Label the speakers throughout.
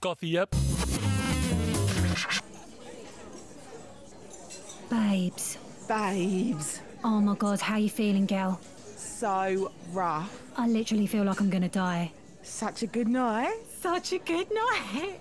Speaker 1: coffee up.
Speaker 2: Babes.
Speaker 3: Babes,
Speaker 2: Oh my god, how you feeling, gal?
Speaker 3: so rough.
Speaker 2: I literally feel like I'm gonna die.
Speaker 3: Such a good night.
Speaker 2: Such a good night.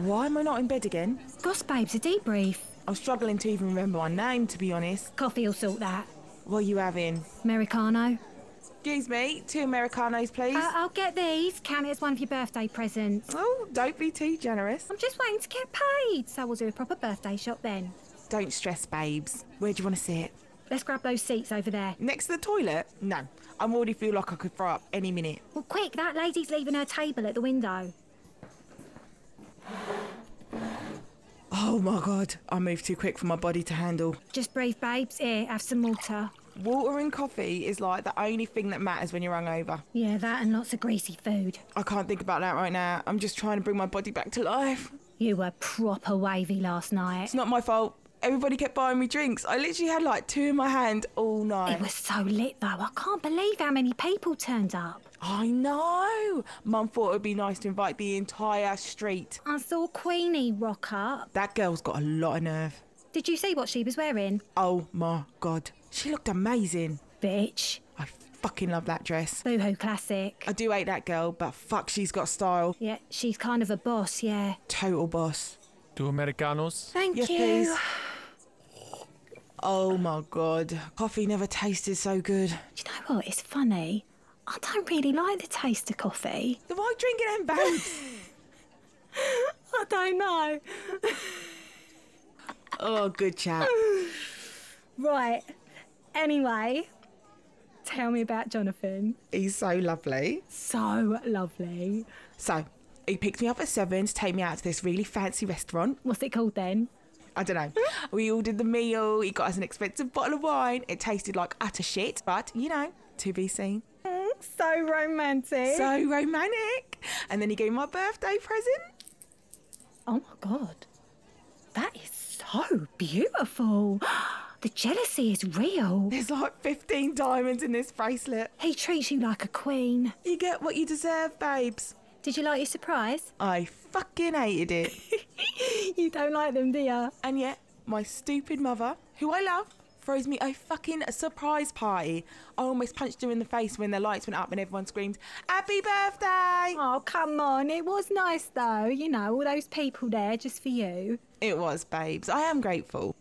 Speaker 3: Why am I not in bed again?
Speaker 2: Goss babes, a debrief.
Speaker 3: I'm struggling to even remember my name, to be honest.
Speaker 2: Coffee'll sort that.
Speaker 3: What are you having?
Speaker 2: Americano.
Speaker 3: Excuse me, two Americanos, please.
Speaker 2: I- I'll get these. Count it as one of your birthday presents.
Speaker 3: oh, don't be too generous.
Speaker 2: I'm just waiting to get paid, so we'll do a proper birthday shop then.
Speaker 3: Don't stress, babes. Where do you want to sit?
Speaker 2: Let's grab those seats over there.
Speaker 3: Next to the toilet? No. I already feel like I could throw up any minute.
Speaker 2: Well, quick, that lady's leaving her table at the window.
Speaker 3: Oh my god, I moved too quick for my body to handle.
Speaker 2: Just breathe, babes. Here, have some water.
Speaker 3: Water and coffee is like the only thing that matters when you're hungover.
Speaker 2: Yeah, that and lots of greasy food.
Speaker 3: I can't think about that right now. I'm just trying to bring my body back to life.
Speaker 2: You were proper wavy last
Speaker 3: It's
Speaker 2: night.
Speaker 3: not my fault. Everybody kept buying me drinks. I literally had like two in my hand all night.
Speaker 2: It was so lit though. I can't believe how many people turned up.
Speaker 3: I know. Mum thought it would be nice to invite the entire street.
Speaker 2: I saw Queenie rock up.
Speaker 3: That girl's got a lot of nerve.
Speaker 2: Did you see what she was wearing?
Speaker 3: Oh my god. She looked amazing.
Speaker 2: Bitch.
Speaker 3: I fucking love that dress.
Speaker 2: Boohoo classic.
Speaker 3: I do hate that girl, but fuck, she's got style.
Speaker 2: Yeah, she's kind of a boss, yeah.
Speaker 3: Total boss.
Speaker 1: Two Americanos.
Speaker 2: Thank
Speaker 3: Yes,
Speaker 2: you.
Speaker 3: please. Oh my god. Coffee never tasted so good.
Speaker 2: Do you know what? It's funny. I don't really like the taste of coffee.
Speaker 3: Then why drink it in bags?
Speaker 2: I don't know.
Speaker 3: oh, good chat.
Speaker 2: Right. Anyway, tell me about Jonathan.
Speaker 3: He's so lovely.
Speaker 2: So lovely.
Speaker 3: So, he picked me up at seven to take me out to this really fancy restaurant.
Speaker 2: What's it called then?
Speaker 3: I don't know. we ordered the meal. He got us an expensive bottle of wine. It tasted like utter shit, but you know, to be seen.
Speaker 2: So romantic.
Speaker 3: So romantic. And then he gave me my birthday present.
Speaker 2: oh my god. That is so beautiful. The jealousy is real.
Speaker 3: There's like 15 diamonds in this bracelet.
Speaker 2: He treats you like a queen.
Speaker 3: You get what you deserve, babes.
Speaker 2: Did you like your surprise?
Speaker 3: I fucking hated it.
Speaker 2: You don't like them, do you?
Speaker 3: and yet, my stupid mother, who I love, throws me a fucking surprise party. I almost punched her in the face when the lights went up and everyone screamed, Happy birthday!
Speaker 2: Oh, come on. It was nice, though. You know, all those people there just for you.
Speaker 3: It was, babes. I am grateful.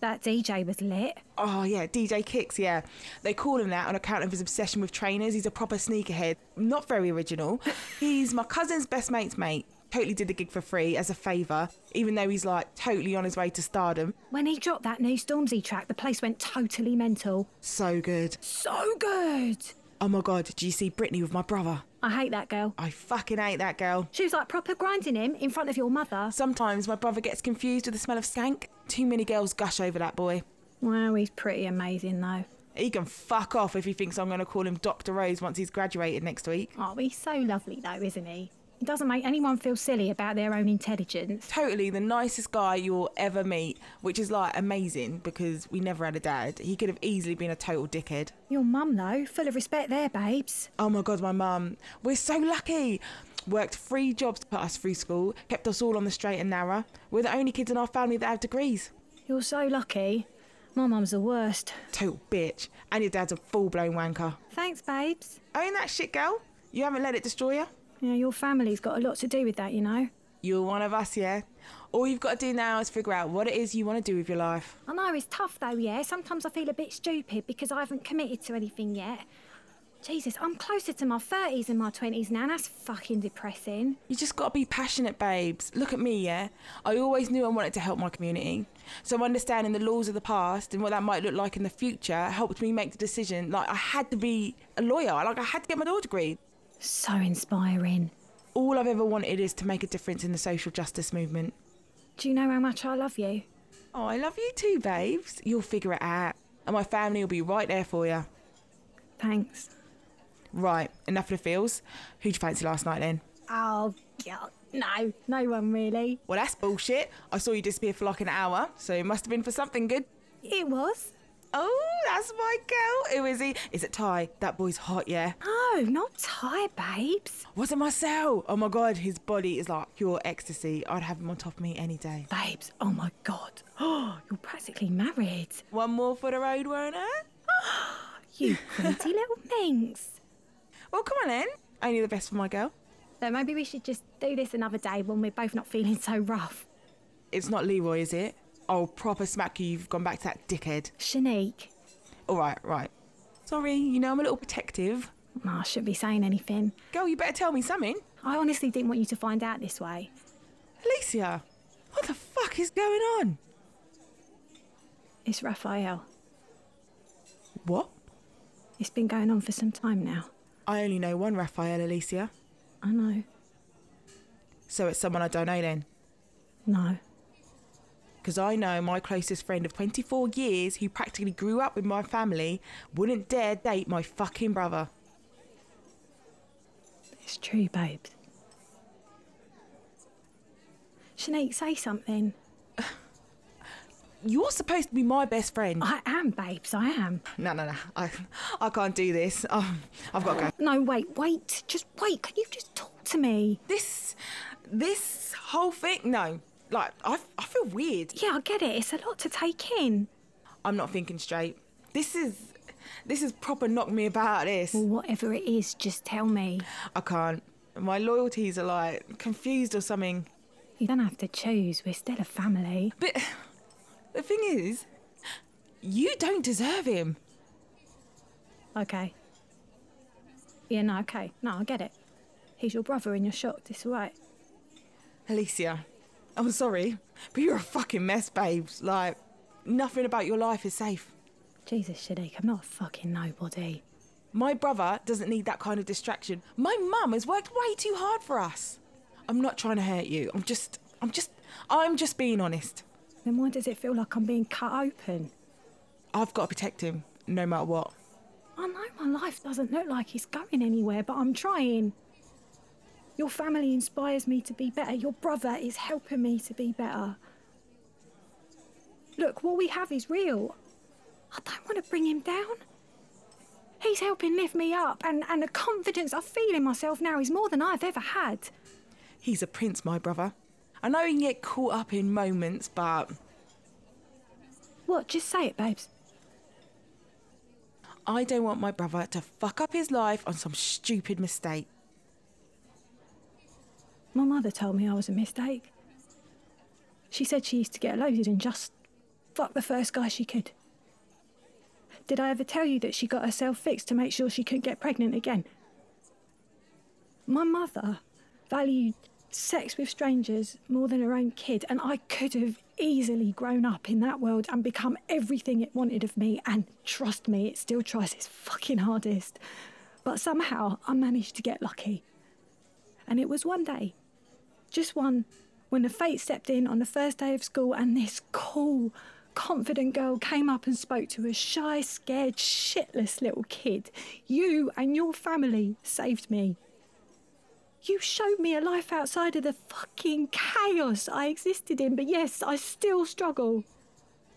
Speaker 2: That DJ was lit.
Speaker 3: Oh yeah, DJ Kicks, yeah. They call him that on account of his obsession with trainers. He's a proper sneakerhead. Not very original. He's my cousin's best mate's mate. Totally did the gig for free as a favour, even though he's like totally on his way to stardom.
Speaker 2: When he dropped that new Stormzy track, the place went totally mental.
Speaker 3: So good.
Speaker 2: So good.
Speaker 3: Oh my god, do you see Britney with my brother?
Speaker 2: I hate that girl.
Speaker 3: I fucking hate that girl.
Speaker 2: She was like proper grinding him in front of your mother.
Speaker 3: Sometimes my brother gets confused with the smell of skank. Too many girls gush over that boy.
Speaker 2: Wow, he's pretty amazing though.
Speaker 3: He can fuck off if he thinks I'm going to call him Dr. Rose once he's graduated next week.
Speaker 2: Oh, he's so lovely though, isn't he? He doesn't make anyone feel silly about their own intelligence.
Speaker 3: totally the nicest guy you'll ever meet, which is like amazing because we never had a dad. He could have easily been a total dickhead.
Speaker 2: Your mum though, full of respect there, babes.
Speaker 3: Oh my god, my mum, we're so lucky. Worked three jobs to put us through school, kept us all on the straight and narrow. We're the only kids in our family that have degrees.
Speaker 2: You're so lucky. My mum's the worst.
Speaker 3: Total bitch. And your dad's a full blown wanker.
Speaker 2: Thanks, babes.
Speaker 3: Own that shit, girl. You haven't let it destroy you.
Speaker 2: Yeah, your family's got a lot to do with that, you know.
Speaker 3: You're one of us, yeah? All you've got to do now is figure out what it is you want to do with your life.
Speaker 2: I know it's tough though, yeah. Sometimes I feel a bit stupid because I haven't committed to anything yet. Jesus, I'm closer to my 30s and my 20s now, and that's fucking depressing.
Speaker 3: You just gotta be passionate, babes. Look at me, yeah? I always knew I wanted to help my community. So understanding the laws of the past and what that might look like in the future helped me make the decision. Like I had to be a lawyer, like I had to get my law degree.
Speaker 2: So inspiring.
Speaker 3: All I've ever wanted is to make a difference in the social justice movement.
Speaker 2: Do you know how much I love you?
Speaker 3: Oh, I love you too, babes. You'll figure it out. And my family will be right there for you.
Speaker 2: Thanks.
Speaker 3: Right, enough of the feels. Who'd you fancy last night then?
Speaker 2: Oh, God. No, no one really.
Speaker 3: Well, that's bullshit. I saw you disappear for like an hour, so it must have been for something good.
Speaker 2: It was.
Speaker 3: Oh, that's my girl. Who is he? Is it Ty? That boy's hot, yeah.
Speaker 2: No, not Ty, babes.
Speaker 3: Was it Marcel? Oh my god, his body is like pure ecstasy. I'd have him on top of me any day.
Speaker 2: Babes, oh my god. Oh, you're practically married.
Speaker 3: One more for the road, won't I?
Speaker 2: You pretty little minx.
Speaker 3: Well, come on then. Only the best for my girl.
Speaker 2: So maybe we should just do this another day when we're both not feeling so rough.
Speaker 3: It's not Leroy, is it? I'll proper smack you. You've gone back to that dickhead.
Speaker 2: Shanique.
Speaker 3: All right, right. Sorry, you know I'm a little protective.
Speaker 2: Oh, I shouldn't be saying anything.
Speaker 3: Girl, you better tell me something.
Speaker 2: I honestly didn't want you to find out this way.
Speaker 3: Alicia, what the fuck is going on?
Speaker 2: It's Raphael.
Speaker 3: What?
Speaker 2: It's been going on for some time now.
Speaker 3: I only know one Raphael, Alicia.
Speaker 2: I know.
Speaker 3: So it's someone I don't know then.
Speaker 2: No.
Speaker 3: Because I know my closest friend of 24 years, who practically grew up with my family, wouldn't dare date my fucking brother.
Speaker 2: It's true, babes. Shanique, say something.
Speaker 3: You're supposed to be my best friend.
Speaker 2: I am, babes, I am.
Speaker 3: No, no, no. I, I can't do this. Um, I've got to go.
Speaker 2: No, wait, wait. Just wait. Can you just talk to me?
Speaker 3: This, this whole thing. No, like I, I feel weird.
Speaker 2: Yeah, I get it. It's a lot to take in.
Speaker 3: I'm not thinking straight. This is, this is proper knock me about. This.
Speaker 2: Well, whatever it is, just tell me.
Speaker 3: I can't. My loyalties are like confused or something.
Speaker 2: You don't have to choose. We're still a family.
Speaker 3: But the thing is, you don't deserve him.
Speaker 2: Okay. Yeah, no, okay. No, I get it. He's your brother and you're shocked. It's all right.
Speaker 3: Alicia, I'm sorry, but you're a fucking mess, babes. Like, nothing about your life is safe.
Speaker 2: Jesus, Shanique, I'm not a fucking nobody.
Speaker 3: My brother doesn't need that kind of distraction. My mum has worked way too hard for us. I'm not trying to hurt you. I'm just, I'm just, I'm just being honest.
Speaker 2: Then why does it feel like I'm being cut open?
Speaker 3: I've got to protect him, no matter what.
Speaker 2: I know my life doesn't look like it's going anywhere, but I'm trying. Your family inspires me to be better. Your brother is helping me to be better. Look, what we have is real. I don't want to bring him down. He's helping lift me up, and, and the confidence I feel in myself now is more than I've ever had.
Speaker 3: He's a prince, my brother. I know he can get caught up in moments, but
Speaker 2: What? Just say it, babes.
Speaker 3: I don't want my brother to fuck up his life on some stupid mistake.
Speaker 2: My mother told me I was a mistake. She said she used to get loaded and just fuck the first guy she could. Did I ever tell you that she got herself fixed to make sure she couldn't get pregnant again? My mother valued sex with strangers more than her own kid, and I could have easily grown up in that world and become everything it wanted of me. And trust me, it still tries its fucking hardest. But somehow I managed to get lucky. And it was one day, just one, when the fate stepped in on the first day of school and this cool, confident girl came up and spoke to a shy, scared, shitless little kid. You and your family saved me. You showed me a life outside of the fucking chaos I existed in, but yes, I still struggle.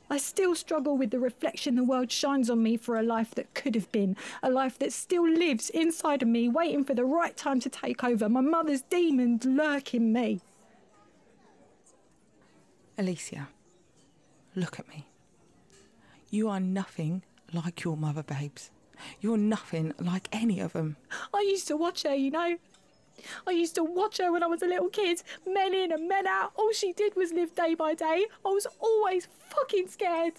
Speaker 2: I still struggle with the reflection the world shines on me for a life that could have been, a life that still lives inside of me, waiting for the right time to take over. My mother's demons lurk in me.
Speaker 3: Alicia, look at me. You are nothing like your mother, babes. You're nothing like any of them.
Speaker 2: I used to watch her, you know. I used to watch her when I was a little kid, men in and men out. All she did was live day by day. I was always fucking scared.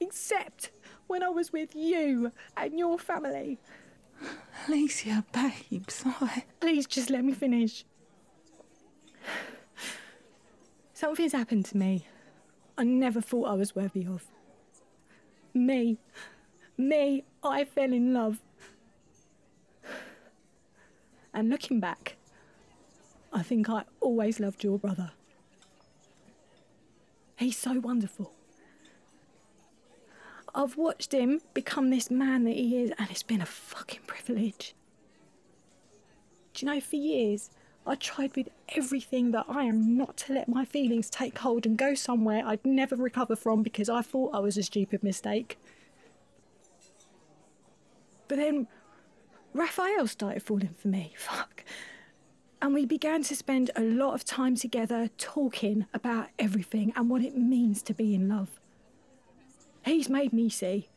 Speaker 2: Except when I was with you and your family.
Speaker 3: Alicia, babes, I...
Speaker 2: Please just let me finish. Something's happened to me I never thought I was worthy of. Me. Me, I fell in love. And looking back, I think I always loved your brother. He's so wonderful. I've watched him become this man that he is, and it's been a fucking privilege. Do you know, for years, I tried with everything that I am not to let my feelings take hold and go somewhere I'd never recover from because I thought I was a stupid mistake. But then Raphael started falling for me. Fuck. And we began to spend a lot of time together talking about everything and what it means to be in love. He's made me see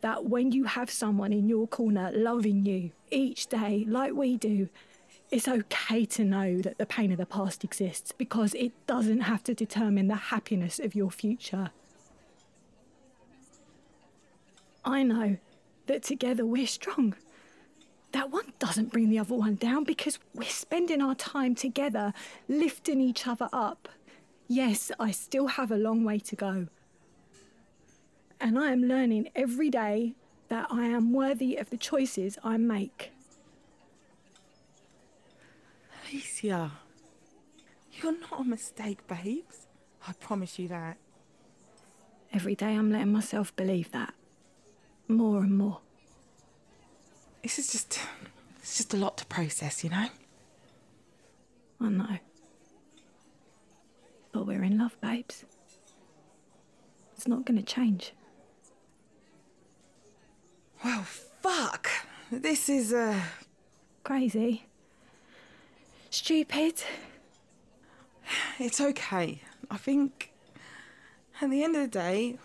Speaker 2: that when you have someone in your corner loving you each day, like we do, it's okay to know that the pain of the past exists because it doesn't have to determine the happiness of your future. I know that together we're strong. That one doesn't bring the other one down because we're spending our time together lifting each other up. Yes, I still have a long way to go. And I am learning every day that I am worthy of the choices I make.
Speaker 3: Alicia, you're not a mistake, babes. I promise you that.
Speaker 2: Every day I'm letting myself believe that. More and more.
Speaker 3: This is just, it's just a lot to process, you know.
Speaker 2: I know. But we're in love, babes. It's not going to change.
Speaker 3: Well, fuck. This is uh,
Speaker 2: Crazy. Stupid.
Speaker 3: it's okay. I think, at the end of the day,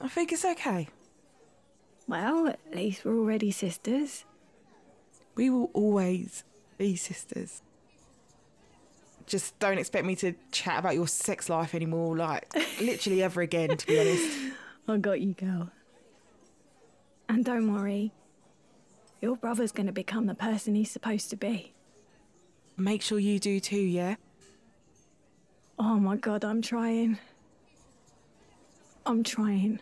Speaker 3: I think it's okay.
Speaker 2: Well, at least we're already sisters.
Speaker 3: We will always be sisters. Just don't expect me to chat about your sex life anymore, like literally ever again, to be honest.
Speaker 2: I got you, girl. And don't worry, your brother's going to become the person he's supposed to be.
Speaker 3: Make sure you do too, yeah?
Speaker 2: Oh my god, I'm trying. I'm trying.